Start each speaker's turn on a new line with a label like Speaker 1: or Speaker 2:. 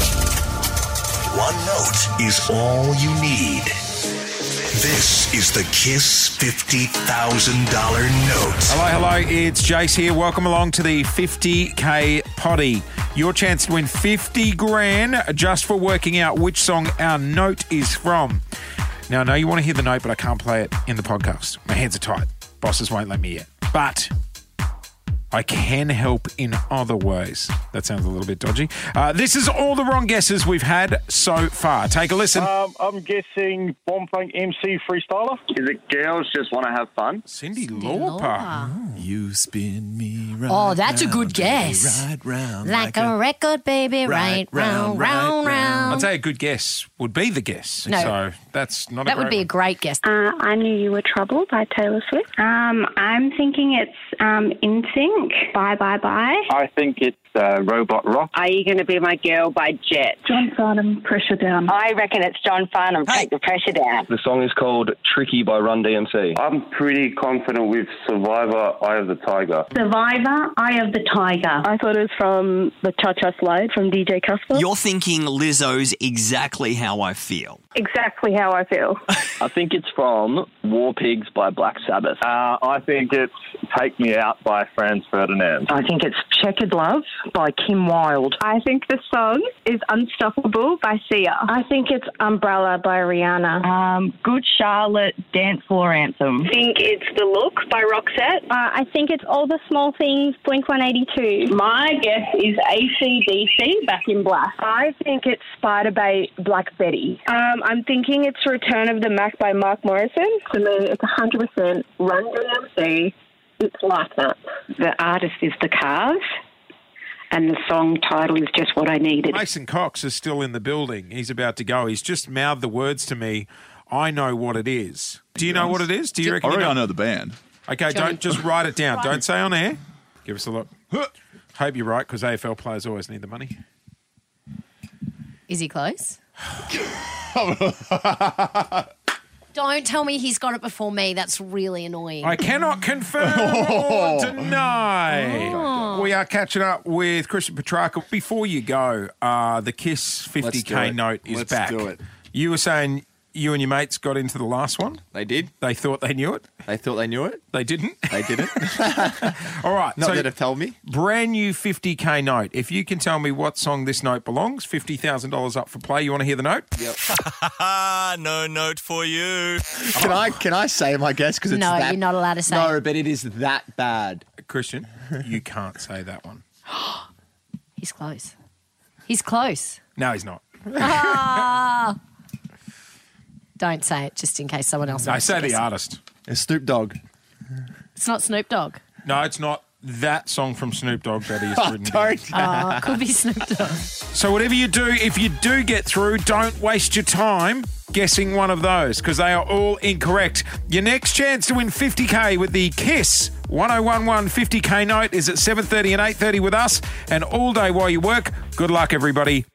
Speaker 1: $50,000? One note is all you need. This is the Kiss $50,000 note.
Speaker 2: Hello, hello, it's Jace here. Welcome along to the 50k potty. Your chance to win 50 grand just for working out which song our note is from. Now, I know you want to hear the note, but I can't play it in the podcast. My hands are tied. Bosses won't let me yet. But I can help in other ways. That sounds a little bit dodgy. Uh, this is all the wrong guesses we've had so far. Take a listen.
Speaker 3: Uh,
Speaker 4: Um, I'm guessing Bomb Punk MC Freestyler.
Speaker 5: Is it girls just want to have fun?
Speaker 2: Cindy, Lauper.
Speaker 6: You spin me round.
Speaker 3: Oh, that's a
Speaker 6: round,
Speaker 3: good
Speaker 6: baby,
Speaker 3: guess.
Speaker 6: Right round.
Speaker 3: Like a record, baby, right, round, round, round.
Speaker 2: I'd say a good guess would be the guess.
Speaker 3: No.
Speaker 2: So that's not
Speaker 3: That
Speaker 2: a
Speaker 3: would
Speaker 2: great
Speaker 3: be a
Speaker 2: one.
Speaker 3: great guess.
Speaker 7: Uh, I Knew You Were Trouble by Taylor Swift. Um, I'm thinking it's um, In Sync. Bye, bye, bye.
Speaker 5: I think it's uh, Robot Rock.
Speaker 8: Are you going to be my girl by Jet?
Speaker 7: John Farnham, Pressure Down.
Speaker 8: I reckon it's John Farnham. Take the pressure down.
Speaker 9: The song is called Tricky by Run DMC.
Speaker 5: I'm pretty confident with Survivor, Eye of the Tiger.
Speaker 7: Survivor, Eye of the Tiger.
Speaker 10: I thought it was from the Cha Cha Slide from DJ Casper.
Speaker 11: You're thinking Lizzo's exactly how I feel.
Speaker 10: Exactly how I feel.
Speaker 9: I think it's from War Pigs by Black Sabbath.
Speaker 4: Uh, I think it's Take Me Out by Franz Ferdinand.
Speaker 8: I think it's Checkered Love by Kim Wilde.
Speaker 10: I think the song is Unstoppable by Sia.
Speaker 7: I think it's Umbrella by Rihanna.
Speaker 8: Um, Good Charlotte Dance Floor Anthem.
Speaker 10: think it's The Look by Roxette.
Speaker 7: I think it's All the Small Things, Blink 182.
Speaker 10: My guess is ACDC Back in Black. I think it's Spider Bay Black Betty. Um, I'm thinking it's Return of the Mac by Mark Morrison. To me, it's 100% Run DMC. It's like that.
Speaker 8: The artist is The Cars, and the song title is Just What I Needed.
Speaker 2: Mason Cox is still in the building. He's about to go. He's just mouthed the words to me. I know what it is. Do you know what it is? Do you
Speaker 6: I
Speaker 2: reckon? you
Speaker 6: reckon I
Speaker 2: know?
Speaker 6: know the band.
Speaker 2: Okay, don't just write it down. Don't say on air. Give us a look. Hope you're right because AFL players always need the money.
Speaker 3: Is he close? Don't tell me he's got it before me. That's really annoying.
Speaker 2: I cannot confirm
Speaker 6: Oh.
Speaker 2: or deny. We are catching up with Christian Petrarca. Before you go, uh, the Kiss
Speaker 6: Let's do
Speaker 2: 50k
Speaker 6: it.
Speaker 2: note is
Speaker 6: Let's
Speaker 2: back.
Speaker 6: do it.
Speaker 2: You were saying you and your mates got into the last one.
Speaker 6: They did.
Speaker 2: They thought they knew it.
Speaker 6: They thought they knew it.
Speaker 2: They didn't.
Speaker 6: They didn't.
Speaker 2: All right.
Speaker 6: Not
Speaker 2: so
Speaker 6: that have told me.
Speaker 2: brand new 50k note. If you can tell me what song this note belongs, $50,000 up for play. You want to hear the note?
Speaker 11: Ah, no note for you.
Speaker 6: Can I? Can I say my guess? Because
Speaker 3: No, you're not allowed to say it.
Speaker 6: but it is that bad.
Speaker 2: Christian, you can't say that one.
Speaker 3: He's close. He's close.
Speaker 2: No, he's not.
Speaker 3: Don't say it just in case someone else.
Speaker 2: No,
Speaker 3: wants to
Speaker 2: say the
Speaker 3: guess it.
Speaker 2: artist.
Speaker 6: It's Snoop Dogg.
Speaker 3: It's not Snoop Dogg.
Speaker 2: No, it's not that song from Snoop Dogg that he's
Speaker 6: Oh,
Speaker 2: written. down.
Speaker 3: Oh, it could be Snoop Dogg.
Speaker 2: So, whatever you do, if you do get through, don't waste your time guessing one of those because they are all incorrect. Your next chance to win 50k with the Kiss 1011 50k note is at 7:30 and 8:30 with us and all day while you work. Good luck everybody.